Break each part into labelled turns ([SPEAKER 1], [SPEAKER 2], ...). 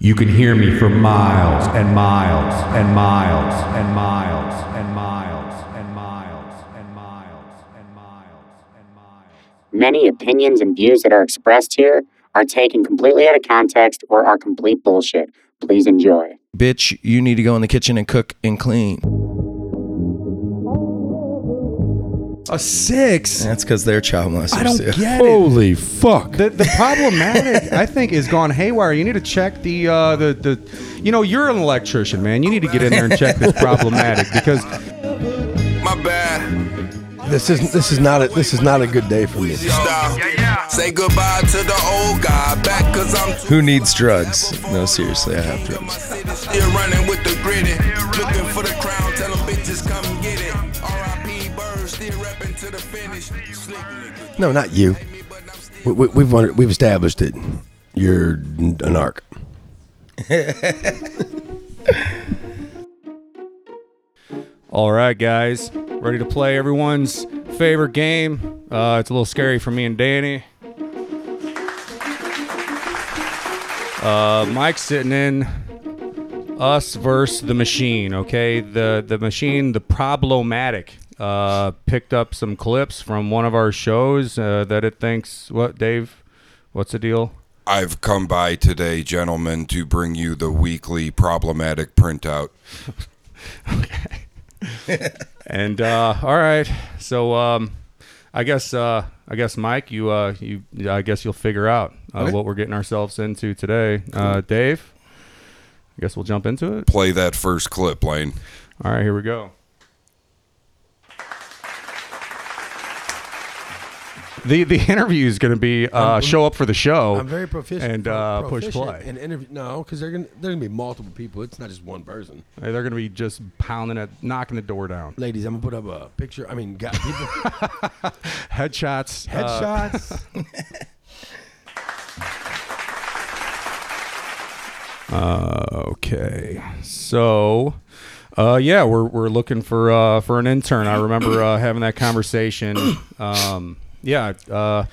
[SPEAKER 1] You can hear me for miles and miles and miles and miles and miles and miles and miles and miles and miles.
[SPEAKER 2] Many opinions and views that are expressed here are taken completely out of context or are complete bullshit. Please enjoy.
[SPEAKER 3] Bitch, you need to go in the kitchen and cook and clean.
[SPEAKER 4] A six?
[SPEAKER 3] That's because they're child molesters.
[SPEAKER 4] I don't
[SPEAKER 3] too.
[SPEAKER 4] get it.
[SPEAKER 5] Holy fuck.
[SPEAKER 4] The, the problematic, I think, is gone haywire. You need to check the uh, the the. You know, you're an electrician, man. You need to get in there and check this problematic because
[SPEAKER 6] My bad.
[SPEAKER 5] This is this is not a this is not a good day for me.
[SPEAKER 6] Stop. Say goodbye to the old guy. Back cause I'm too
[SPEAKER 3] Who needs drugs? No, seriously, I have
[SPEAKER 6] my
[SPEAKER 3] drugs.
[SPEAKER 6] city still running with the gritty. Looking for the crown, tell them bitches come get it. R.I.P. Bird, still repping to the finish. Slick nigga,
[SPEAKER 5] No, not you.
[SPEAKER 6] but I'm still
[SPEAKER 5] We, we, we've under, we've established it. You're an arc.
[SPEAKER 4] All right, guys, ready to play everyone's favorite game. Uh, it's a little scary for me and Danny. Uh, Mike's sitting in. Us versus the machine. Okay, the the machine, the problematic. Uh, picked up some clips from one of our shows uh, that it thinks. What, Dave? What's the deal?
[SPEAKER 7] I've come by today, gentlemen, to bring you the weekly problematic printout.
[SPEAKER 4] And uh, all right, so um, I guess uh, I guess Mike, you uh, you I guess you'll figure out uh, what we're getting ourselves into today. Uh, Dave, I guess we'll jump into it.
[SPEAKER 7] Play that first clip, Lane.
[SPEAKER 4] All right, here we go. The the interview is going to be uh, show up for the show.
[SPEAKER 5] I'm very proficient.
[SPEAKER 4] and uh,
[SPEAKER 5] proficient
[SPEAKER 4] push play.
[SPEAKER 5] And interview, no, because they're gonna they're gonna be multiple people. It's not just one person.
[SPEAKER 4] They're going to be just pounding it, knocking the door down.
[SPEAKER 5] Ladies, I'm gonna put up a picture. I mean, got people,
[SPEAKER 4] Headshots. uh,
[SPEAKER 5] headshots.
[SPEAKER 4] Uh, Okay, so uh, yeah, we're, we're looking for uh, for an intern. I remember uh, having that conversation. Um, yeah, uh,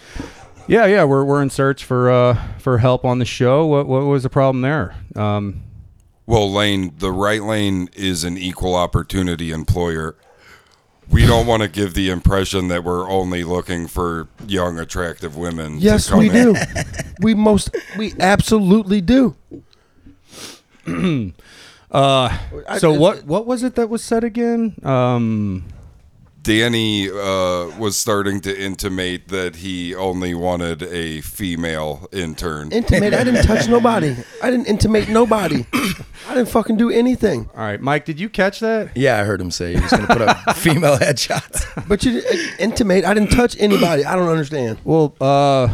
[SPEAKER 4] yeah, yeah. We're, we're in search for uh, for help on the show. What what was the problem there? Um,
[SPEAKER 7] Well, Lane, the right lane is an equal opportunity employer. We don't want to give the impression that we're only looking for young, attractive women. to
[SPEAKER 5] yes,
[SPEAKER 7] come
[SPEAKER 5] we
[SPEAKER 7] in.
[SPEAKER 5] do. We most we absolutely do. Uh, I-
[SPEAKER 4] so
[SPEAKER 5] I-
[SPEAKER 4] what what was it that was said again? Um,
[SPEAKER 7] Danny uh, was starting to intimate that he only wanted a female intern.
[SPEAKER 5] Intimate. I didn't touch nobody. I didn't intimate nobody. I didn't fucking do anything.
[SPEAKER 4] all right, Mike, did you catch that?
[SPEAKER 3] Yeah, I heard him say he was going to put up female headshots.
[SPEAKER 5] But you uh, intimate. I didn't touch anybody. I don't understand.
[SPEAKER 4] Well, uh,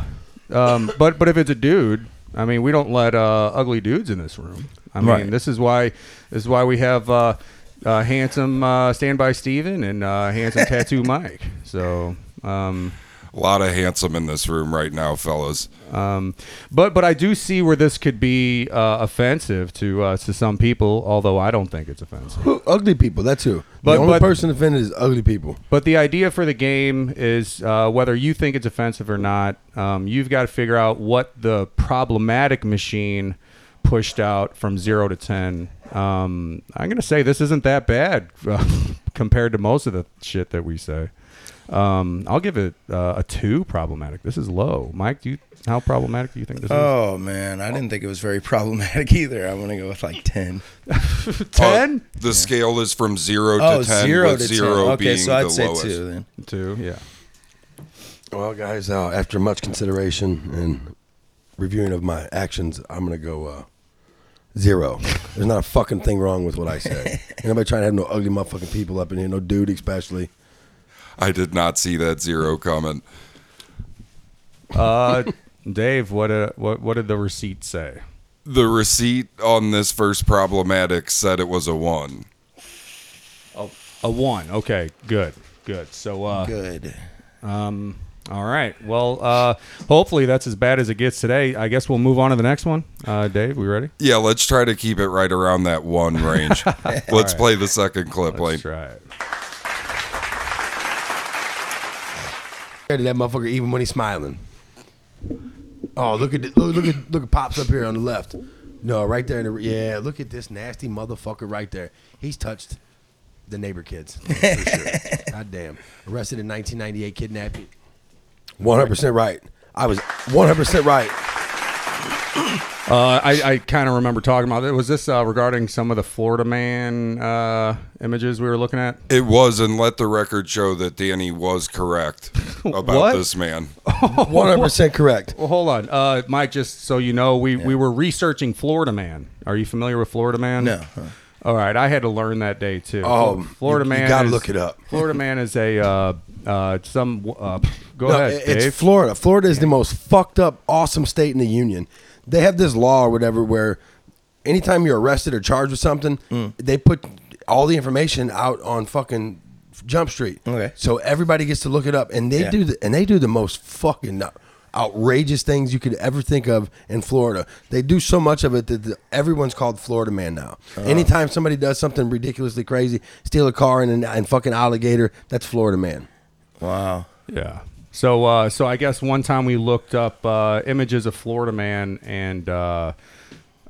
[SPEAKER 4] um, but but if it's a dude, I mean, we don't let uh, ugly dudes in this room. I mean,
[SPEAKER 3] Right.
[SPEAKER 4] this is why this is why we have uh, uh, handsome uh, standby Steven and uh, handsome tattoo Mike. So, um,
[SPEAKER 7] A lot of handsome in this room right now, fellas.
[SPEAKER 4] um, but but I do see where this could be uh, offensive to uh, to some people, although I don't think it's offensive.
[SPEAKER 5] Who, ugly people. That's who.
[SPEAKER 4] But-
[SPEAKER 5] the only
[SPEAKER 4] but-
[SPEAKER 5] person offended is ugly people.
[SPEAKER 4] But the idea for the game is uh, whether you think it's offensive or not, um, you've got to figure out what the problematic machine pushed out from zero to 10. Um, I'm going to say this isn't that bad compared to most of the shit that we say. Um, I'll give it uh, a two problematic. This is low. Mike, do you, how problematic do you think this
[SPEAKER 5] Uh,
[SPEAKER 3] Oh, man. I didn't think it was very problematic either. I want to go with like 10.
[SPEAKER 4] is?
[SPEAKER 7] Uh,
[SPEAKER 4] 10?
[SPEAKER 7] the scale is from zero to
[SPEAKER 3] Oh,
[SPEAKER 7] ten.
[SPEAKER 3] zero
[SPEAKER 7] with
[SPEAKER 3] to
[SPEAKER 7] zero
[SPEAKER 3] 10. Okay,
[SPEAKER 7] being
[SPEAKER 3] so I'd
[SPEAKER 7] the
[SPEAKER 3] say
[SPEAKER 7] lowest.
[SPEAKER 3] two then.
[SPEAKER 4] two, yeah.
[SPEAKER 5] Well, guys, uh, after much consideration and reviewing of my actions, I'm gonna go uh, zero. There's not a fucking thing wrong with what I said. Ain't nobody trying to have no ugly motherfucking people up in here, no dude especially.
[SPEAKER 7] I did not see that zero coming.
[SPEAKER 4] Uh, Dave, what, uh what, what did the receipt say?
[SPEAKER 7] The receipt on this first problematic said it was a one.
[SPEAKER 4] A one. Okay, good, good. So uh,
[SPEAKER 3] Good.
[SPEAKER 4] Um, all right. Well, uh, hopefully that's as bad as it gets today. I guess we'll move on to the next one. Uh, Dave, we ready?
[SPEAKER 7] Yeah, let's try to keep it right around that one range. let's play the second clip, Lane.
[SPEAKER 4] Let's try it.
[SPEAKER 5] Scared of that motherfucker even when he's smiling.
[SPEAKER 8] Oh, look at th- look, look at look at pops up here on the left. No, right there. In the, yeah, look at this nasty motherfucker right there. He's touched the neighbor kids. For sure. God damn. Arrested in 1998, kidnapping.
[SPEAKER 5] One hundred percent right. I was one hundred percent right.
[SPEAKER 4] Uh, I, I kind of remember talking about it. Was this uh, regarding some of the Florida man uh, images we were looking at?
[SPEAKER 7] It was, and let the record show that Danny was correct about
[SPEAKER 4] What?
[SPEAKER 7] this man.
[SPEAKER 5] One hundred percent correct.
[SPEAKER 4] Well, hold on, uh, Mike. Just so you know, we, we were researching Florida Man. Are you familiar with Florida Man?
[SPEAKER 3] No.
[SPEAKER 4] All right, I had to learn that day too.
[SPEAKER 5] Oh,
[SPEAKER 4] Florida
[SPEAKER 5] you- you
[SPEAKER 4] Man.
[SPEAKER 5] gotta
[SPEAKER 4] is-
[SPEAKER 5] look it up.
[SPEAKER 4] Florida Man is a uh, uh, some. Uh, go
[SPEAKER 5] No,
[SPEAKER 4] ahead,
[SPEAKER 5] it- it's
[SPEAKER 4] Dave.
[SPEAKER 5] Florida. Florida is the most fucked up, awesome state in the union. They have this law or whatever where anytime you're arrested or charged with something,
[SPEAKER 3] Mm.
[SPEAKER 5] they put all the information out on fucking Jump Street.
[SPEAKER 3] Okay.
[SPEAKER 5] So everybody gets to look it up, and they
[SPEAKER 3] Yeah.
[SPEAKER 5] do the, and they do the most fucking outrageous things you could ever think of in Florida. They do so much of it that the, everyone's called Florida man now. Anytime somebody does something ridiculously crazy, steal a car and and fucking alligator, that's Florida man.
[SPEAKER 3] Wow.
[SPEAKER 4] Yeah. So uh, so I guess one time we looked up uh, images of Florida Man, and uh,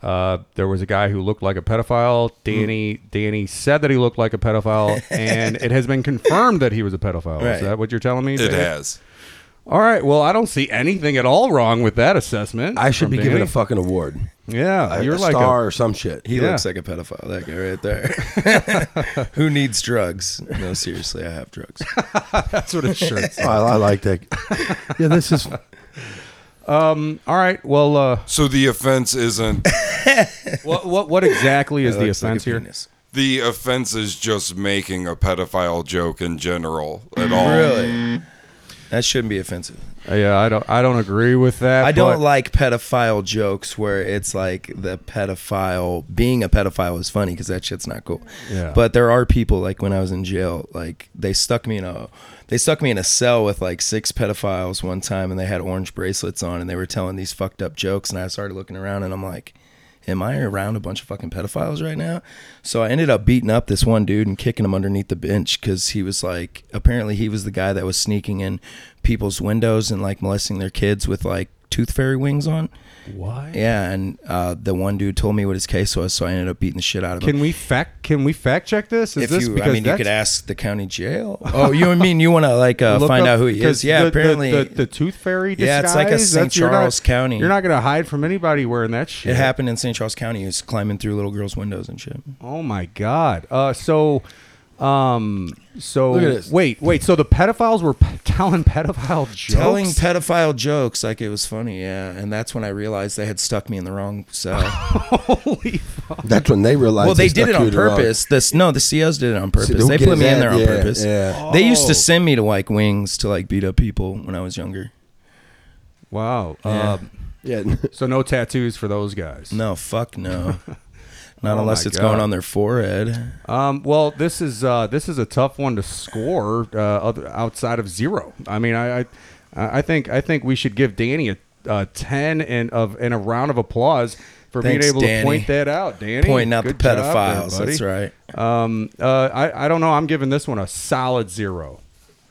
[SPEAKER 4] uh, there was a guy who looked like a
[SPEAKER 3] Hmm.
[SPEAKER 4] pedophile. Danny Danny said that he looked like a pedophile, and it has been confirmed that he was a pedophile.
[SPEAKER 3] Right.
[SPEAKER 4] Is that what you're telling me?
[SPEAKER 7] It
[SPEAKER 4] Dave?
[SPEAKER 7] has.
[SPEAKER 4] All right. Well, I don't see anything at all wrong with that assessment.
[SPEAKER 5] I should
[SPEAKER 4] from
[SPEAKER 5] be given
[SPEAKER 4] Danny.
[SPEAKER 5] a fucking award.
[SPEAKER 4] Yeah,
[SPEAKER 5] A-
[SPEAKER 4] you're
[SPEAKER 5] a
[SPEAKER 4] like
[SPEAKER 5] star
[SPEAKER 4] a,
[SPEAKER 5] or some shit.
[SPEAKER 3] He
[SPEAKER 4] Yeah.
[SPEAKER 3] looks like a pedophile, that guy right there. Who needs drugs? No, seriously, I have drugs.
[SPEAKER 4] that's what it sure.
[SPEAKER 5] Oh, I, I like that. yeah, this is
[SPEAKER 4] All right. Well, uh,
[SPEAKER 7] So the offense isn't
[SPEAKER 4] what what what exactly is
[SPEAKER 3] That
[SPEAKER 4] the
[SPEAKER 3] looks like a
[SPEAKER 4] offense here?
[SPEAKER 3] penis.
[SPEAKER 7] the offense is just making a pedophile joke in general at all.
[SPEAKER 3] Really? That shouldn't be offensive.
[SPEAKER 4] Uh, Yeah, I don't I don't agree with that.
[SPEAKER 3] I don't
[SPEAKER 4] but-
[SPEAKER 3] like pedophile jokes where it's like the pedophile being a pedophile is funny because that shit's not cool.
[SPEAKER 4] Yeah.
[SPEAKER 3] But there are people like when I was in jail, like they stuck me in a they stuck me in a cell with like six pedophiles one time and they had orange bracelets on and they were telling these fucked up jokes and I started looking around and I'm like Am I around a bunch of fucking pedophiles right now? So I ended up beating up this one dude and kicking him underneath the bench because he was like, apparently he was the guy that was sneaking in people's windows and like molesting their kids with like tooth fairy wings on.
[SPEAKER 4] What?
[SPEAKER 3] Yeah, and uh, the one dude told me what his case was, so I ended up beating the shit out of him.
[SPEAKER 4] Can we fact Can we fact check this? Is
[SPEAKER 3] if
[SPEAKER 4] this
[SPEAKER 3] you,
[SPEAKER 4] because
[SPEAKER 3] I mean, you
[SPEAKER 4] that's-
[SPEAKER 3] could ask the county jail. Oh, you mean you want to like uh,
[SPEAKER 4] look
[SPEAKER 3] find
[SPEAKER 4] up-
[SPEAKER 3] out who he
[SPEAKER 4] because
[SPEAKER 3] is? Yeah,
[SPEAKER 4] the- the-
[SPEAKER 3] apparently
[SPEAKER 4] the, the Tooth Fairy. Disguise,
[SPEAKER 3] Yeah, it's like a St.
[SPEAKER 4] that's- you're
[SPEAKER 3] Charles
[SPEAKER 4] not,
[SPEAKER 3] County.
[SPEAKER 4] You're not gonna hide from anybody wearing that
[SPEAKER 3] it
[SPEAKER 4] shit.
[SPEAKER 3] happened in St. Charles County. He was climbing through little girls' windows and shit.
[SPEAKER 4] Oh my god. Uh, so. Um. So
[SPEAKER 5] Look at this.
[SPEAKER 4] wait, wait. So the pedophiles were p- telling pedophile jokes.
[SPEAKER 3] Telling pedophile jokes like it was funny, yeah, and that's when I realized they had stuck me in the wrong cell.
[SPEAKER 4] Holy
[SPEAKER 5] that's when they realized.
[SPEAKER 3] well, they did
[SPEAKER 5] stuck
[SPEAKER 3] it
[SPEAKER 5] you
[SPEAKER 3] on
[SPEAKER 5] to the wrong-
[SPEAKER 3] purpose. This no, the COs did it on purpose.
[SPEAKER 5] who
[SPEAKER 3] they
[SPEAKER 5] gives
[SPEAKER 3] put me in
[SPEAKER 5] that?
[SPEAKER 3] there on
[SPEAKER 5] Yeah,
[SPEAKER 3] purpose.
[SPEAKER 5] yeah.
[SPEAKER 3] They used
[SPEAKER 4] Oh.
[SPEAKER 3] to send me to like wings to like beat up people when I was younger.
[SPEAKER 4] wow. Um,
[SPEAKER 5] Yeah,
[SPEAKER 4] so no tattoos for those guys.
[SPEAKER 3] No, fuck no. Not
[SPEAKER 4] Oh
[SPEAKER 3] unless
[SPEAKER 4] my
[SPEAKER 3] it's
[SPEAKER 4] God.
[SPEAKER 3] going on their forehead.
[SPEAKER 4] Um, well, this is uh, this is a tough one to score uh, other, outside of zero. I mean, I, I I think I think we should give Danny a, a ten and of and a round of applause for
[SPEAKER 3] Thanks,
[SPEAKER 4] being able to
[SPEAKER 3] Danny.
[SPEAKER 4] point that out, Danny.
[SPEAKER 3] Pointing out the
[SPEAKER 4] Good job there,
[SPEAKER 3] pedophiles.
[SPEAKER 4] buddy.
[SPEAKER 3] That's right.
[SPEAKER 4] Um, uh, I I don't know. I'm giving this one a solid zero,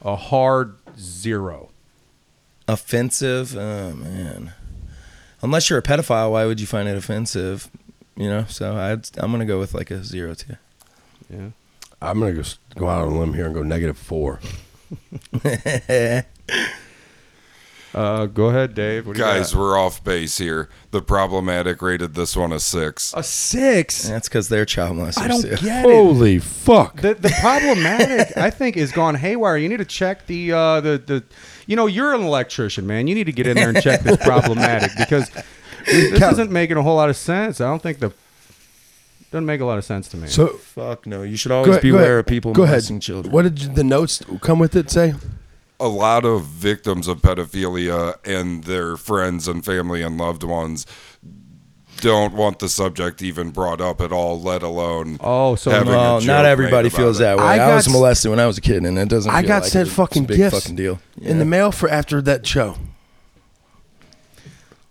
[SPEAKER 4] a hard zero.
[SPEAKER 3] Offensive. Oh man. Unless you're a pedophile, why would you find it offensive? You know. So I'd, I'm gonna go with like a zero too.
[SPEAKER 4] Yeah.
[SPEAKER 5] I'm gonna go, s- go out on a limb here and go negative four.
[SPEAKER 4] Uh, go ahead, Dave. What do you
[SPEAKER 7] Guys,
[SPEAKER 4] got?
[SPEAKER 7] we're off base here. The problematic rated this one a six.
[SPEAKER 4] a six.
[SPEAKER 3] And that's because they're child molesters.
[SPEAKER 4] I don't
[SPEAKER 3] too.
[SPEAKER 4] get it.
[SPEAKER 5] Holy fuck!
[SPEAKER 4] The, the problematic, I think, is gone haywire. You need to check the uh, the the. You know, you're an electrician, man. You need to get in there and check this problematic because this isn't making a whole lot of sense. I don't think the doesn't make a lot of sense to me.
[SPEAKER 5] So
[SPEAKER 3] Fuck no. You should always
[SPEAKER 5] ahead-
[SPEAKER 3] beware
[SPEAKER 5] ahead.
[SPEAKER 3] of people
[SPEAKER 5] Go
[SPEAKER 3] molesting
[SPEAKER 5] ahead.
[SPEAKER 3] children.
[SPEAKER 5] What did you- the notes come with it say?
[SPEAKER 7] a lot of victims of pedophilia and their friends and family and loved ones don't want the subject even brought up at all, let alone.
[SPEAKER 4] Oh, so
[SPEAKER 7] having a
[SPEAKER 3] Well,
[SPEAKER 7] joke
[SPEAKER 3] not everybody
[SPEAKER 7] made about
[SPEAKER 3] feels
[SPEAKER 7] it.
[SPEAKER 3] that way.
[SPEAKER 5] I
[SPEAKER 3] I,
[SPEAKER 5] got
[SPEAKER 3] was
[SPEAKER 5] s-
[SPEAKER 3] molested when I was a kid, and it doesn't.
[SPEAKER 5] I
[SPEAKER 3] feel
[SPEAKER 5] got
[SPEAKER 3] like it.
[SPEAKER 5] sent
[SPEAKER 3] It's a
[SPEAKER 5] fucking
[SPEAKER 3] big
[SPEAKER 5] gifts
[SPEAKER 3] fucking deal
[SPEAKER 5] in the
[SPEAKER 3] Yeah.
[SPEAKER 5] mail for after that show.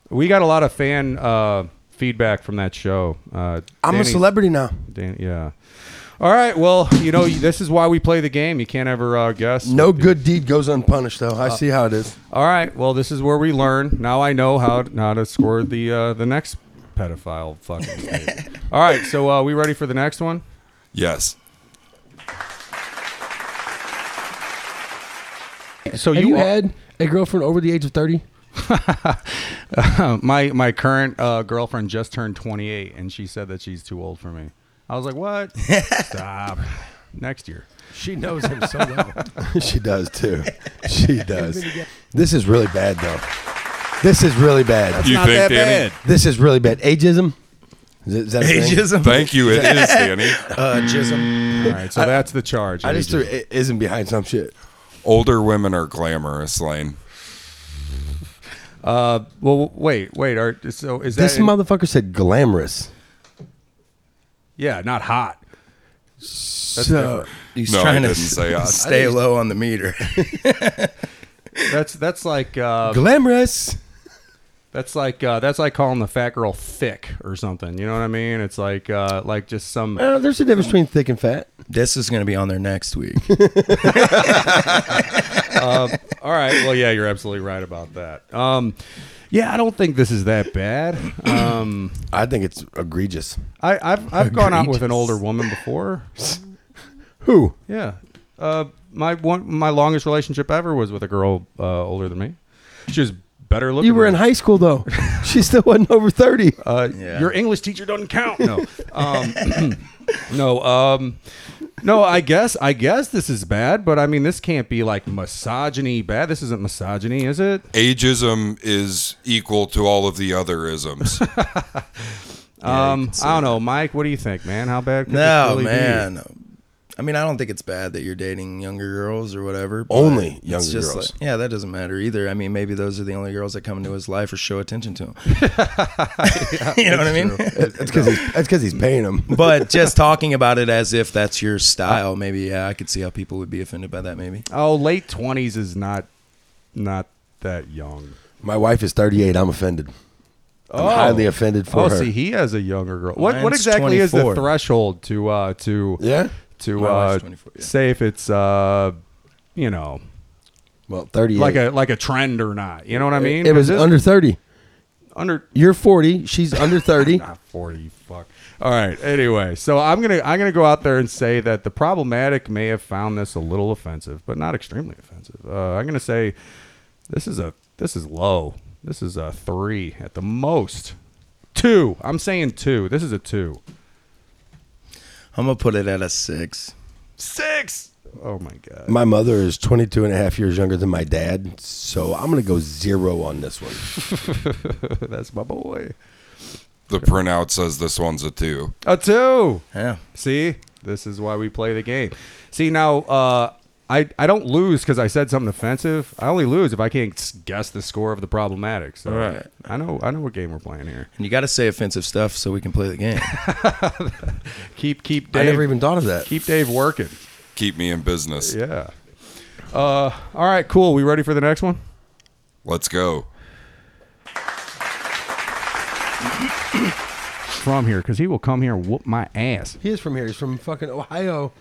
[SPEAKER 4] we got a lot of fan uh, feedback from that show. Uh,
[SPEAKER 5] I'm a
[SPEAKER 4] Danny-
[SPEAKER 5] celebrity now.
[SPEAKER 4] Dan- yeah. All right. Well, you know, this is why we play the game. You can't ever uh, guess.
[SPEAKER 5] No good deed goes unpunished, though. I
[SPEAKER 8] Uh,
[SPEAKER 5] see how it is.
[SPEAKER 4] All right. Well, this is where we learn. Now I know how how to score the uh, the next pedophile fucking. tape. All right. So uh, we ready for the next one?
[SPEAKER 7] Yes.
[SPEAKER 4] So
[SPEAKER 8] Have you,
[SPEAKER 4] you, are-
[SPEAKER 8] had a girlfriend over the age of thirty?
[SPEAKER 4] my my current uh, girlfriend just turned 28, and she said that she's too old for me. I was like, what? Stop. Next year.
[SPEAKER 8] She knows him so well.
[SPEAKER 5] she does too. She does. This is really bad, though. This is really bad.
[SPEAKER 7] you
[SPEAKER 9] not
[SPEAKER 7] think,
[SPEAKER 9] that
[SPEAKER 7] Danny?
[SPEAKER 9] bad.
[SPEAKER 5] This is really bad. Ageism. Is that- is that a thing?
[SPEAKER 3] Ageism.
[SPEAKER 7] Thank you. It is Danny.
[SPEAKER 3] Uh, jism.
[SPEAKER 4] All right. So that's the charge.
[SPEAKER 5] I just threw
[SPEAKER 4] AJ.
[SPEAKER 5] i- ism behind some shit.
[SPEAKER 7] Older women are glamorous, Lane.
[SPEAKER 4] Well, wait, wait. Are, so is
[SPEAKER 5] This
[SPEAKER 4] that?
[SPEAKER 5] motherfucker said glamorous.
[SPEAKER 4] yeah, not hot.
[SPEAKER 5] So
[SPEAKER 3] He's
[SPEAKER 7] No, I
[SPEAKER 3] trying to
[SPEAKER 7] didn't say
[SPEAKER 3] s-
[SPEAKER 7] us.
[SPEAKER 3] stay low on the meter.
[SPEAKER 4] That's that's like uh,
[SPEAKER 5] glamorous.
[SPEAKER 4] That's like uh, that's like calling the fat girl thick or something. You know what I mean? It's like uh, like just some.
[SPEAKER 5] Uh, there's a difference between thick and fat.
[SPEAKER 3] this is going to be on there next week.
[SPEAKER 4] All right. Well, yeah, you're absolutely right about that. Um, yeah, I don't think this is that bad. Um,
[SPEAKER 5] I think it's egregious.
[SPEAKER 4] I, I've I've gone out with an older woman before.
[SPEAKER 5] Who?
[SPEAKER 4] Yeah. Uh, my one my longest relationship ever was with a girl uh, older than me. She was better looking.
[SPEAKER 5] You were in
[SPEAKER 4] than me.
[SPEAKER 5] high school though. she still wasn't over thirty.
[SPEAKER 4] Uh,
[SPEAKER 3] Yeah.
[SPEAKER 4] Your English teacher doesn't count. No, um, no, um, no. I guess I guess this is bad, but I mean this can't be like misogyny bad. This isn't misogyny, is it?
[SPEAKER 7] Ageism is equal to all of the other isms.
[SPEAKER 4] um, I don't know, Mike. What do you think, man? How bad? Could this
[SPEAKER 3] No,
[SPEAKER 4] really be?
[SPEAKER 3] man. I mean, I don't think it's bad that you're dating younger girls or whatever. but
[SPEAKER 5] Only
[SPEAKER 3] it's
[SPEAKER 5] younger
[SPEAKER 3] just
[SPEAKER 5] girls.
[SPEAKER 3] like- yeah, that doesn't matter either. I mean, maybe those are the only girls that come into his life or show attention to him. you know what I mean?
[SPEAKER 5] That's because he's that's because he's paying him.
[SPEAKER 3] but just talking about it as if that's your style, maybe yeah, I could see how people would be offended by that. Maybe
[SPEAKER 4] Oh, late twenties is not not that young.
[SPEAKER 5] My wife is 38. I'm offended. I'm highly offended for
[SPEAKER 4] oh,
[SPEAKER 5] her.
[SPEAKER 4] see, he has a younger girl. What what
[SPEAKER 3] Mine's
[SPEAKER 4] exactly is the
[SPEAKER 3] 24.
[SPEAKER 4] threshold to uh to
[SPEAKER 5] yeah.
[SPEAKER 4] to
[SPEAKER 3] My
[SPEAKER 4] uh,
[SPEAKER 3] wife's 24, yeah.
[SPEAKER 4] say if it's uh you know
[SPEAKER 5] Well, 38.
[SPEAKER 4] like a like a trend or not? You know what I mean?
[SPEAKER 5] It was
[SPEAKER 4] Is this-
[SPEAKER 5] under 30.
[SPEAKER 4] under
[SPEAKER 5] You're 40. She's under 30.
[SPEAKER 4] not 40 fuck all right anyway so i'm gonna i'm gonna go out there and say that the problematic may have found this a little offensive but not extremely offensive uh, i'm gonna say this is a this is low this is a three at the most two i'm saying two this is a two
[SPEAKER 3] I'm gonna put it at a six.
[SPEAKER 4] six oh my god
[SPEAKER 5] my mother is 22 and a half years younger than my dad, so I'm gonna go zero on this one.
[SPEAKER 4] that's my boy
[SPEAKER 7] the printout says this one's a two.
[SPEAKER 4] a two
[SPEAKER 3] Yeah,
[SPEAKER 4] See, this is why we play the game. See now, uh, I I don't lose because I said something offensive. I only lose if I can't s- guess the score of the problematic. So I know I know what game we're playing here.
[SPEAKER 3] and you got to say offensive stuff so we can play the game.
[SPEAKER 4] Keep keep
[SPEAKER 5] I
[SPEAKER 4] Dave.
[SPEAKER 5] never even thought of that.
[SPEAKER 4] keep Dave working.
[SPEAKER 7] Keep me in business.
[SPEAKER 4] Yeah. Uh, all right, cool. We ready for the next one?
[SPEAKER 7] Let's go.
[SPEAKER 4] From here, because he will come here and whoop my ass.
[SPEAKER 5] He is from here. He's from fucking Ohio.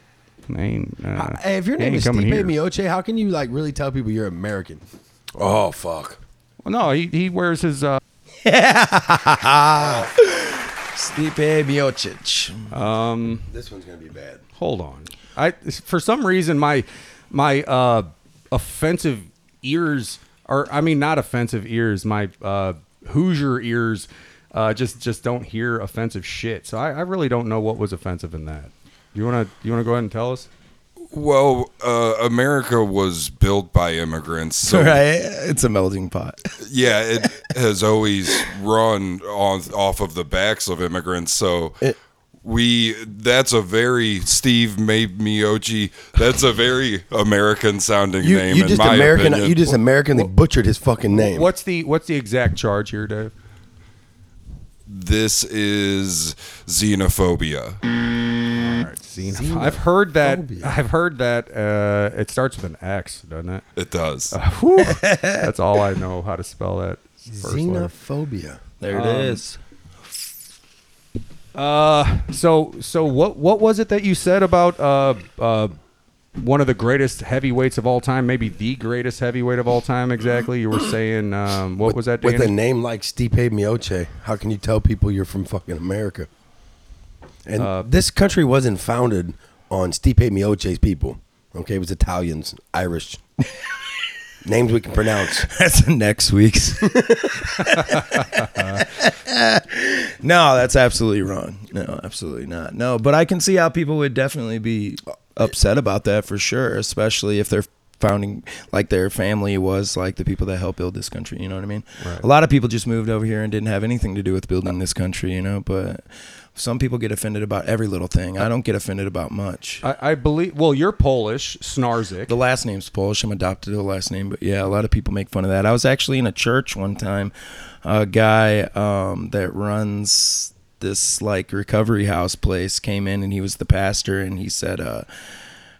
[SPEAKER 4] I ain't, uh,
[SPEAKER 5] Hey, if your
[SPEAKER 4] he
[SPEAKER 5] name
[SPEAKER 4] ain't
[SPEAKER 5] is
[SPEAKER 4] coming
[SPEAKER 5] Steve
[SPEAKER 4] here.
[SPEAKER 5] Mioche, how can you like really tell people you're American?
[SPEAKER 7] Oh fuck.
[SPEAKER 4] Well, no, he, he wears his uh,
[SPEAKER 3] Stipe Miocic.
[SPEAKER 5] This one's gonna be bad.
[SPEAKER 4] Hold on. I for some reason my my uh offensive ears are I mean not offensive ears, my uh Hoosier ears uh just just don't hear offensive shit. So I, I really don't know what was offensive in that. You wanna you wanna go ahead and tell us?
[SPEAKER 7] Well, uh, America was built by immigrants, so
[SPEAKER 3] Right, it's a melting pot.
[SPEAKER 7] yeah, it has always run on off of the backs of immigrants. So we that's a very Steve May Miyochi. That's a very American sounding
[SPEAKER 5] You,
[SPEAKER 7] name.
[SPEAKER 5] you
[SPEAKER 7] in
[SPEAKER 5] just
[SPEAKER 7] my
[SPEAKER 5] American.
[SPEAKER 7] opinion.
[SPEAKER 5] You just Americanly butchered his fucking name.
[SPEAKER 4] What's the what's the exact charge here, Dave?
[SPEAKER 7] this is xenophobia.
[SPEAKER 4] I've heard that I've heard that uh it starts with an X, doesn't it?
[SPEAKER 7] It does.
[SPEAKER 4] Whew. That's all I know
[SPEAKER 5] Um,
[SPEAKER 4] how to spell that. first letter.
[SPEAKER 5] Xenophobia.
[SPEAKER 3] There it is.
[SPEAKER 4] Uh, so so what what was it that you said about uh uh one of the greatest heavyweights of all time, maybe the greatest heavyweight of all time? Exactly, you were saying. Um, what was that?
[SPEAKER 5] With a
[SPEAKER 4] Danny?
[SPEAKER 5] name like Stipe Miocic, how can you tell people you're from fucking America? And
[SPEAKER 3] Uh,
[SPEAKER 5] this country wasn't founded on Stipe Miocic's people. Okay, it was Italians, Irish, names we can pronounce.
[SPEAKER 3] That's next week's. no, that's absolutely wrong. No, absolutely not. No, but I can see how people would definitely be upset about that for sure, especially if they're founding like their family was like the people that helped build this country, you know what I mean? A lot of people just moved over here and didn't have anything to do with building this country, you know, but some people get offended about every little thing. I don't get offended about much.
[SPEAKER 4] I, I believe. Well, you're Polish, Snarzik.
[SPEAKER 3] The last name's Polish. I'm adopted to the last name, but yeah, a lot of people make fun of that. I was actually in a church one time. A guy um, that runs this like recovery house place came in, and he was the pastor, and he said, uh,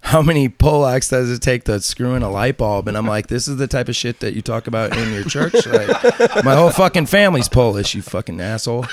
[SPEAKER 3] "How many Polacks does it take to screw in a light bulb?" And I'm like, "This is the type of shit that you talk about in your church. Like, my whole fucking family's Polish. You fucking asshole.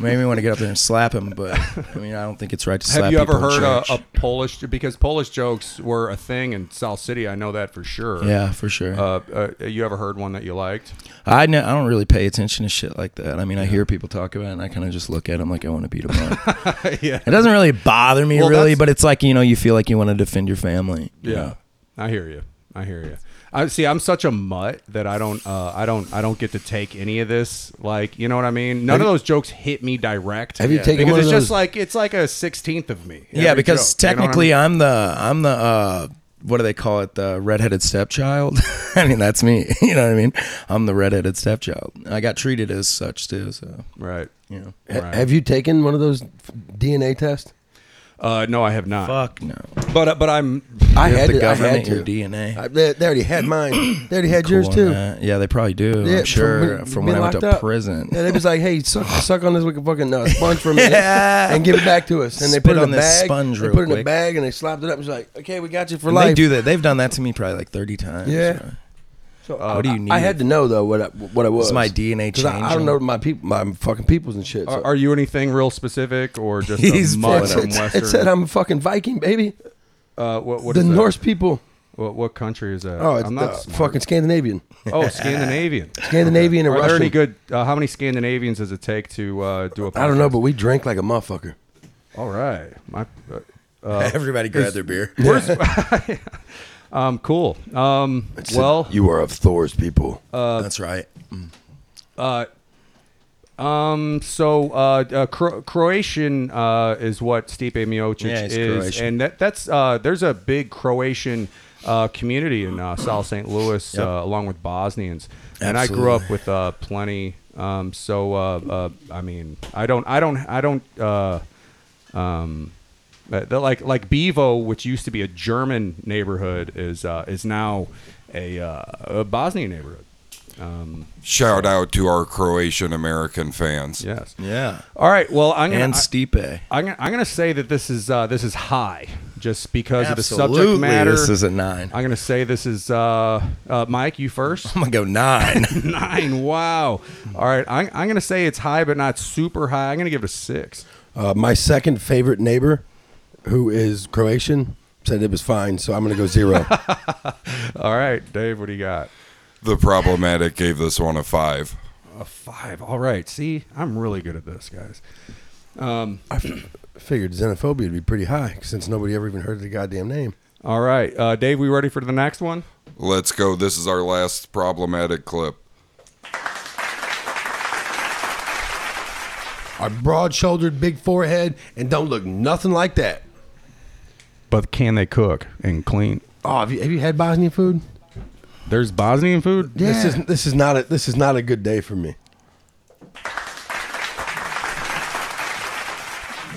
[SPEAKER 3] Made me want to get up there and slap him, but I mean, I don't think it's right to slap.
[SPEAKER 4] Have you ever
[SPEAKER 3] people in
[SPEAKER 4] heard a,
[SPEAKER 3] church.
[SPEAKER 4] a Polish? Because Polish jokes were a thing in South City. I know that for sure.
[SPEAKER 3] yeah, for sure.
[SPEAKER 4] Uh, uh, you ever heard one that you liked?
[SPEAKER 3] I ne- I don't really pay attention to shit like that. I mean, I hear people talk about it, and I kind of just look at them like I want to beat them up.
[SPEAKER 4] Yeah.
[SPEAKER 3] It doesn't really bother me,
[SPEAKER 4] Well,
[SPEAKER 3] really,
[SPEAKER 4] that's-
[SPEAKER 3] but it's like you know, you feel like you want to defend your family. you
[SPEAKER 4] Yeah,
[SPEAKER 3] know?
[SPEAKER 4] I hear you. I hear you. I see. I'm such a mutt that I don't. Uh, I don't. I don't get to take any of this. Like, you know what I mean? None of those jokes hit me direct.
[SPEAKER 5] Have you taken
[SPEAKER 4] because
[SPEAKER 5] one of
[SPEAKER 4] it's
[SPEAKER 5] those-
[SPEAKER 4] just like it's like a sixteenth of me.
[SPEAKER 3] Yeah,
[SPEAKER 4] every
[SPEAKER 3] because
[SPEAKER 4] joke, you know what I
[SPEAKER 3] technically,
[SPEAKER 4] mean?
[SPEAKER 3] I'm the I'm the uh, what do they call it? The redheaded stepchild. I mean, that's me. You know what I mean? I'm the redheaded stepchild. I got treated as such too. So
[SPEAKER 4] right.
[SPEAKER 3] you know,
[SPEAKER 5] Ha- Have you taken one of those DNA tests?
[SPEAKER 4] Uh, no, I have not.
[SPEAKER 3] fuck no.
[SPEAKER 4] But uh, but I'm.
[SPEAKER 5] I
[SPEAKER 3] Give
[SPEAKER 5] had
[SPEAKER 3] the
[SPEAKER 5] to. I
[SPEAKER 3] government
[SPEAKER 5] had to.
[SPEAKER 3] your DNA.
[SPEAKER 5] I- they, they already had mine. They already had yours
[SPEAKER 3] Cool on
[SPEAKER 5] too.
[SPEAKER 3] that. Yeah, they probably do.
[SPEAKER 5] Yeah,
[SPEAKER 3] I'm sure
[SPEAKER 5] when-
[SPEAKER 3] from, when I
[SPEAKER 5] being
[SPEAKER 3] went to
[SPEAKER 5] locked up.
[SPEAKER 3] prison.
[SPEAKER 5] Yeah, they was like, "Hey, suck, suck on this wicked fucking uh, sponge for a minute and give it back to us." And they
[SPEAKER 3] Spit
[SPEAKER 5] put it
[SPEAKER 3] on
[SPEAKER 5] in a
[SPEAKER 3] this
[SPEAKER 5] bag.
[SPEAKER 3] sponge
[SPEAKER 5] they
[SPEAKER 3] real
[SPEAKER 5] put it in a
[SPEAKER 3] quick.
[SPEAKER 5] bag and they slapped it up. It was like, "Okay, we got you for
[SPEAKER 3] And
[SPEAKER 5] life."
[SPEAKER 3] They do that. They've done that to me probably like thirty times.
[SPEAKER 5] Yeah.
[SPEAKER 3] bro.
[SPEAKER 5] So,
[SPEAKER 3] what do you need?
[SPEAKER 5] I had to know though what I, what I was.
[SPEAKER 3] Is my DNA
[SPEAKER 5] 'Cause I, I don't
[SPEAKER 3] changing?
[SPEAKER 5] know my people, my fucking peoples and shit. so-
[SPEAKER 4] Are, are you anything real specific or just
[SPEAKER 3] He's
[SPEAKER 4] a mutt
[SPEAKER 3] fucking-
[SPEAKER 4] from
[SPEAKER 5] it, said,
[SPEAKER 4] Western?
[SPEAKER 5] it said I'm a fucking Viking, baby.
[SPEAKER 4] uh, what what
[SPEAKER 5] the
[SPEAKER 4] is that?
[SPEAKER 5] Norse people.
[SPEAKER 4] What, what country is that?
[SPEAKER 5] Oh, it's
[SPEAKER 4] I'm
[SPEAKER 5] uh,
[SPEAKER 4] not smart.
[SPEAKER 5] fucking Scandinavian.
[SPEAKER 4] Oh, Scandinavian.
[SPEAKER 5] Scandinavian and
[SPEAKER 4] Are there
[SPEAKER 5] Russian.
[SPEAKER 4] any good? Uh, how many Scandinavians does it take to uh, do a?
[SPEAKER 5] I don't know,
[SPEAKER 4] podcast?
[SPEAKER 5] but we drank like a motherfucker.
[SPEAKER 4] All right. My, uh,
[SPEAKER 3] Everybody grab their beer.
[SPEAKER 4] um, cool. Um, well,
[SPEAKER 5] you are of Thor's people.
[SPEAKER 3] That's right.
[SPEAKER 4] um, so uh, uh, Cro- Croatian uh, is what Stipe Miocic
[SPEAKER 3] Yeah, he's
[SPEAKER 4] is,
[SPEAKER 3] Croatian.
[SPEAKER 4] and that that's uh, there's a big Croatian uh, community in uh, South St. Louis, uh, along with Bosnians, and I grew up
[SPEAKER 3] Absolutely.
[SPEAKER 4] with uh, plenty. Um, so uh, uh, I mean, I don't, I don't, I don't. Uh, um, that that like like Bevo, which used to be a German neighborhood, is uh, is now a, uh, a Bosnian neighborhood.
[SPEAKER 7] Shout out to our Croatian American fans.
[SPEAKER 4] Yes.
[SPEAKER 3] Yeah.
[SPEAKER 4] All right. Well, I'm gonna,
[SPEAKER 3] And
[SPEAKER 4] I-
[SPEAKER 3] Stipe.
[SPEAKER 4] I'm gonna, I'm gonna say that this is uh, this is high just because of the subject
[SPEAKER 3] Absolutely,
[SPEAKER 4] matter.
[SPEAKER 3] this is a nine.
[SPEAKER 4] I'm gonna say this is uh, uh, Mike. You first.
[SPEAKER 3] I'm gonna go nine.
[SPEAKER 4] Nine. Wow. All right. I'm, I'm gonna say it's high, but not super high. I'm gonna give it a six.
[SPEAKER 5] Uh, my second favorite neighbor, who is Croatian, said it was fine, so I'm going to go zero.
[SPEAKER 4] All right, Dave. What do you got?
[SPEAKER 7] The problematic gave this one a five.
[SPEAKER 4] A five. All right. See, I'm really good at this, guys.
[SPEAKER 5] I f- figured xenophobia would be pretty high since nobody ever even heard the goddamn name.
[SPEAKER 4] All right, uh, Dave. We ready for the next one?
[SPEAKER 7] Let's go. This is our last problematic clip.
[SPEAKER 5] Our broad-shouldered, big forehead,
[SPEAKER 8] and don't look nothing like that.
[SPEAKER 4] But can they cook and clean?
[SPEAKER 5] Oh, have you, have you had Bosnian food?
[SPEAKER 4] There's Bosnian food.
[SPEAKER 5] This is this is not a this is not a good day for me.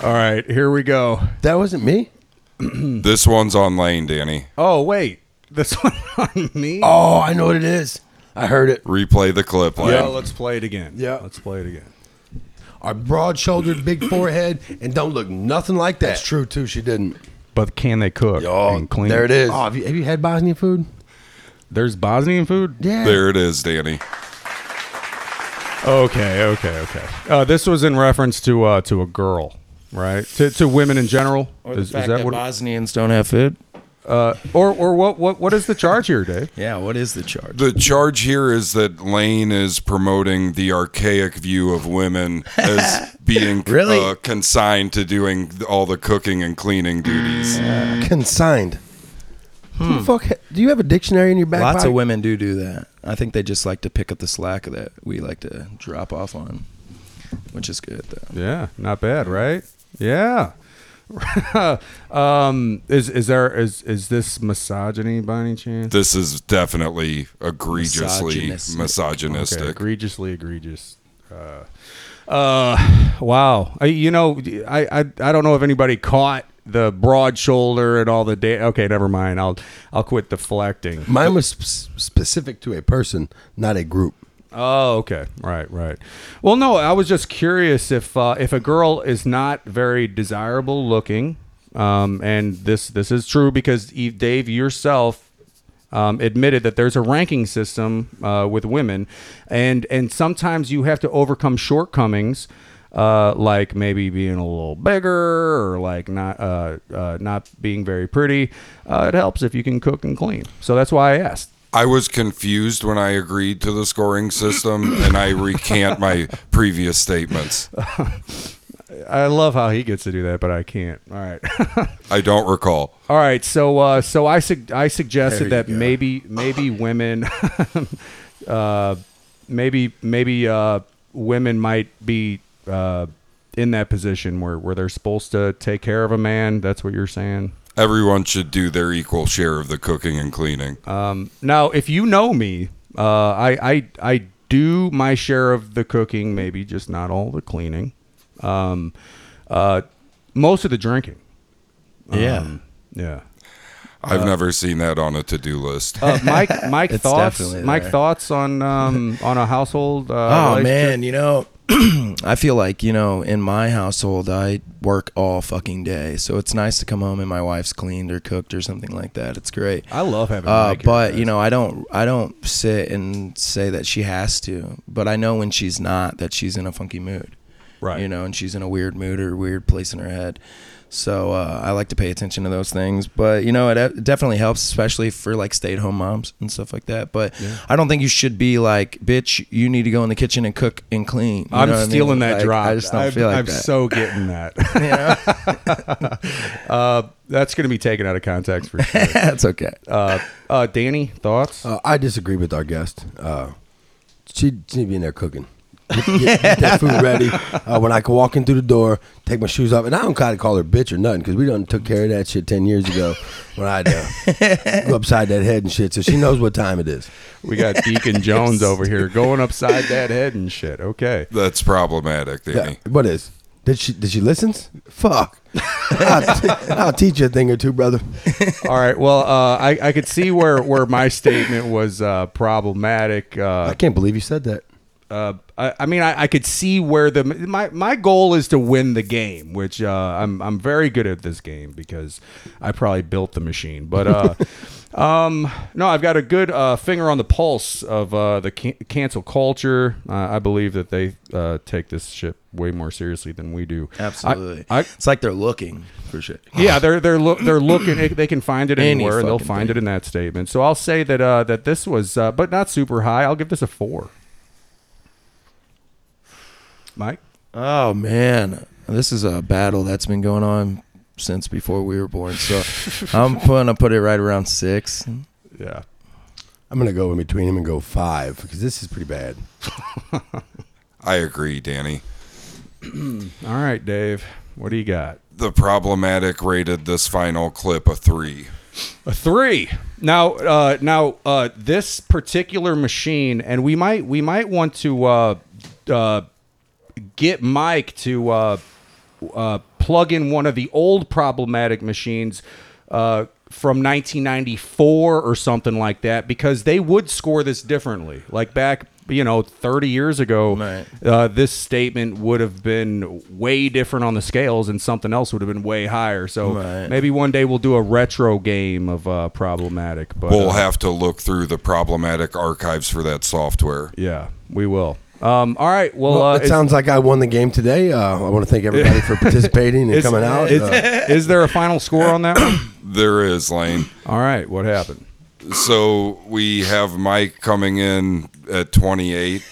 [SPEAKER 4] All right, here we go.
[SPEAKER 5] That wasn't me. Hmm.
[SPEAKER 7] This one's on lane, Danny.
[SPEAKER 4] Oh wait, this one on me.
[SPEAKER 5] Oh, I know what it is. I heard it.
[SPEAKER 7] Replay the clip. Lane.
[SPEAKER 4] yeah. uh, Let's play it again.
[SPEAKER 5] Yeah.
[SPEAKER 4] Let's play it again.
[SPEAKER 8] Our broad-shouldered, big forehead, and don't look nothing like that.
[SPEAKER 5] That's true too. She didn't.
[SPEAKER 4] But can they cook
[SPEAKER 5] Oh,
[SPEAKER 4] and clean?
[SPEAKER 5] there it is.
[SPEAKER 8] Oh, have you, have you had Bosnian food?
[SPEAKER 4] There's Bosnian food.
[SPEAKER 8] Yeah.
[SPEAKER 7] There it is, Danny.
[SPEAKER 4] Okay, okay, okay. Uh, this was in reference to uh, to a girl, right? To, to women in general.
[SPEAKER 3] Or the fact that Bosnians don't have food.
[SPEAKER 4] uh, or or what, what what is the charge here, Dave?
[SPEAKER 3] Yeah, what is the charge?
[SPEAKER 7] The charge here is that Lane is promoting the archaic view of women as being
[SPEAKER 3] Really?
[SPEAKER 7] uh, consigned to doing all the cooking and cleaning duties.
[SPEAKER 4] Hmm.
[SPEAKER 5] Consigned. Who the fuck? ha- Do you have a dictionary in your back?
[SPEAKER 3] Hmm. Lots
[SPEAKER 5] pocket?
[SPEAKER 3] of women do do that. I think they just like to pick up the slack that we like to drop off on, which is good though.
[SPEAKER 4] Yeah, not bad, right? Yeah. um, is is there is is this misogyny by any chance?
[SPEAKER 7] This is definitely egregiously
[SPEAKER 3] Misogynistic.
[SPEAKER 7] misogynistic.
[SPEAKER 4] Okay, egregiously egregious. Uh, uh, wow. I, you know, I, I I don't know if anybody caught the broad shoulder and all the day. Okay, never mind. I'll I'll quit deflecting.
[SPEAKER 5] Mine was sp- specific to a person, not a group.
[SPEAKER 4] Oh, okay. Right, right. Well, no, I was just curious if uh, if a girl is not very desirable looking, um, and this this is true because Eve, Dave yourself um, admitted that there's a ranking system uh, with women, and and sometimes you have to overcome shortcomings. Uh, like maybe being a little bigger or like not uh, uh, not being very pretty, uh, it helps if you can cook and clean. So that's why I asked.
[SPEAKER 7] I was confused when I agreed to the scoring system, and I recant my previous statements.
[SPEAKER 4] I love how he gets to do that, but I can't. All right,
[SPEAKER 7] I don't recall.
[SPEAKER 4] all right. So, uh, so I sug- I suggested
[SPEAKER 5] There you
[SPEAKER 4] that
[SPEAKER 5] go.
[SPEAKER 4] maybe maybe women, uh, maybe maybe uh, women might be uh, in that position where where they're supposed to take care of a man. That's what you're saying.
[SPEAKER 7] Everyone should do their equal share of the cooking and cleaning.
[SPEAKER 4] Now, if you know me, uh, I, I I do my share of the cooking, maybe just not all the cleaning. Um, uh, most of the drinking.
[SPEAKER 3] Yeah.
[SPEAKER 4] Um, yeah.
[SPEAKER 7] I've never seen that on a to-do list.
[SPEAKER 4] Uh, Mike, Mike,
[SPEAKER 3] It's
[SPEAKER 4] thoughts.
[SPEAKER 3] definitely
[SPEAKER 4] Mike,
[SPEAKER 3] there.
[SPEAKER 4] thoughts on um, on a household. Uh,
[SPEAKER 3] Oh
[SPEAKER 4] relationship?
[SPEAKER 3] man, you know, I feel like you know in my household I work all fucking day, so it's nice to come home and my wife's cleaned or cooked or something like that. It's great.
[SPEAKER 4] I love having.
[SPEAKER 3] Uh,
[SPEAKER 4] Mike here,
[SPEAKER 3] but
[SPEAKER 4] guys.
[SPEAKER 3] you know, I don't, I don't sit and say that she has to. But I know when she's not, that she's in a funky mood,
[SPEAKER 4] Right.
[SPEAKER 3] You know, and she's in a weird mood or weird place in her head. So uh, I like to pay attention to those things. But you know, it, it definitely helps, especially for like stay-at-home moms and stuff like that. But I don't think you should be like, bitch, you need to go in the kitchen and cook and clean. You know what I
[SPEAKER 4] I'm
[SPEAKER 3] mean?
[SPEAKER 4] stealing that
[SPEAKER 3] Like,
[SPEAKER 4] drop.
[SPEAKER 3] I just don't
[SPEAKER 4] am
[SPEAKER 3] feel like
[SPEAKER 4] I'm
[SPEAKER 3] that.
[SPEAKER 4] so getting that. uh, that's going to be taken out of context for sure.
[SPEAKER 3] That's okay.
[SPEAKER 4] Uh, uh, Danny, thoughts?
[SPEAKER 5] Uh, I disagree with our guest. Uh, she she need to be in there cooking. Get, get- get that food ready. Uh, when I can walk in through the door, take my shoes off, and I don't kind of call her bitch or nothing because we done took care of that shit ten years ago when I uh, go upside that head and shit. So she knows what time it is.
[SPEAKER 4] We got Deacon Jones over here going upside that head and shit. Okay.
[SPEAKER 7] That's problematic,
[SPEAKER 5] Yeah.
[SPEAKER 7] Danny.
[SPEAKER 5] What is? Did she did she listens? Fuck. I'll, t- I'll teach you a thing or two, brother.
[SPEAKER 4] All right. Well, uh, I, I could see where, where my statement was uh, problematic. Uh,
[SPEAKER 5] I can't believe you said that.
[SPEAKER 4] uh, I, I mean, I, I could see where the my my goal is to win the game, which uh, I'm I'm very good at this game because I probably built the machine. But uh, um, no, I've got a good uh, finger on the pulse of uh, the can- cancel culture. Uh, I believe that they uh, take this shit way more seriously than we do. I-
[SPEAKER 3] Absolutely.
[SPEAKER 4] I,
[SPEAKER 3] it's like they're looking for shit.
[SPEAKER 4] yeah, they're they're loo- they're looking. They can find it
[SPEAKER 3] Any
[SPEAKER 4] anywhere, and they'll
[SPEAKER 3] fucking
[SPEAKER 4] find
[SPEAKER 3] thing.
[SPEAKER 4] it in that statement. So I'll say that uh, that this was, uh, but not super high. I'll give this a four. Mike,
[SPEAKER 3] Oh man, this is a battle that's been going on since before we were born. So I'm gonna put it right around six.
[SPEAKER 4] yeah,
[SPEAKER 5] I'm gonna go in between him and go five because this is pretty bad.
[SPEAKER 7] I agree, Danny.
[SPEAKER 4] all right, Dave, what do you got?
[SPEAKER 7] The problematic rated this final clip a three.
[SPEAKER 4] A three. Now, uh, now uh, this particular machine, and we might we might want to uh, uh, get Mike to uh, uh, plug in one of the old problematic machines uh, from 1994 or something like that because they would score this differently. Like back, you know, 30 years ago,
[SPEAKER 3] Right.
[SPEAKER 4] uh, this statement would have been way different on the scales and something else would have been way higher. So
[SPEAKER 3] Right.
[SPEAKER 4] maybe one day we'll do a retro game of uh, problematic. But
[SPEAKER 7] We'll
[SPEAKER 4] uh,
[SPEAKER 7] have to look through the problematic archives for that software.
[SPEAKER 4] yeah, we will. Um, all right. Well,
[SPEAKER 5] Well,
[SPEAKER 4] uh,
[SPEAKER 5] it
[SPEAKER 4] is-
[SPEAKER 5] sounds like I won the game today. Uh, I want to thank everybody for participating and
[SPEAKER 4] is-
[SPEAKER 5] coming out.
[SPEAKER 4] Is,
[SPEAKER 5] Uh,
[SPEAKER 4] is there a final score on that one?
[SPEAKER 7] There is Lane.
[SPEAKER 4] All right. What happened?
[SPEAKER 7] So we have Mike coming in at 28.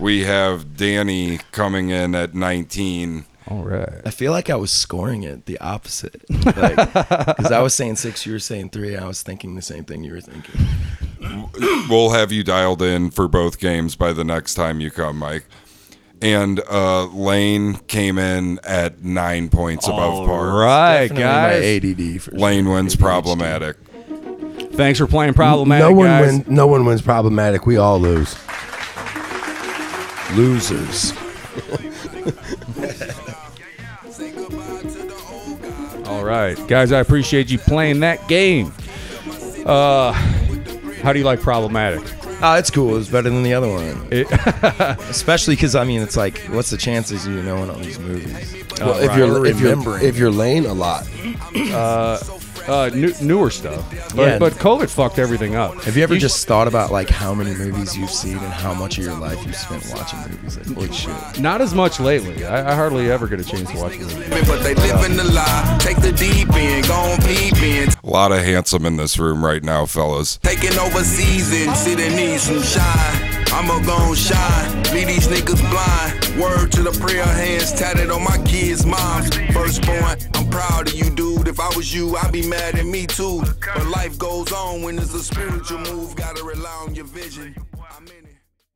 [SPEAKER 7] we have Danny coming in at 19.
[SPEAKER 4] All right.
[SPEAKER 3] I feel like I was scoring it the opposite. Because I was saying six, you were saying three. I was thinking the same thing you were thinking.
[SPEAKER 7] We'll have you dialed in for both games by the next time you come, Mike. And uh, Lane came in at nine points above par.
[SPEAKER 4] Right,
[SPEAKER 3] Definitely
[SPEAKER 4] guys.
[SPEAKER 3] My ADD for sure.
[SPEAKER 7] Lane wins problematic.
[SPEAKER 4] Thanks for playing problematic.
[SPEAKER 5] no one
[SPEAKER 4] guys.
[SPEAKER 5] wins. No one wins. Problematic. We all lose. Losers.
[SPEAKER 6] Say goodbye to the old guy.
[SPEAKER 4] All right, guys. I appreciate you playing that game. Uh, how do you like problematic?
[SPEAKER 3] Oh, it's cool. It's better than the other one.
[SPEAKER 4] It-
[SPEAKER 3] Especially because I mean, it's like, what's the chances of you knowing all these movies?
[SPEAKER 5] Well, if
[SPEAKER 3] Oh, right.
[SPEAKER 5] you're if you're
[SPEAKER 3] Remembering.
[SPEAKER 5] if you're lane a lot,
[SPEAKER 4] uh, new, newer stuff. But,
[SPEAKER 3] Yeah.
[SPEAKER 4] but COVID fucked everything up.
[SPEAKER 3] Have you ever just thought about like how many movies you've seen and how much of your life you've spent watching movies? Like, holy shit.
[SPEAKER 4] Not as much lately. I, I hardly ever get a chance to watch movies.
[SPEAKER 6] But they living the lie. Take the deep end, gone peep in.
[SPEAKER 7] A lot of handsome in this room right now, fellas.
[SPEAKER 6] Taking over season, see they need some shine. I'ma gon' shine, leave these niggas blind. Word to the prayer hands tatted on my kids' moms. Firstborn, I'm proud of you, dude. If I was you, I'd be mad at me too. But life goes on when it's a spiritual move, gotta rely on your vision.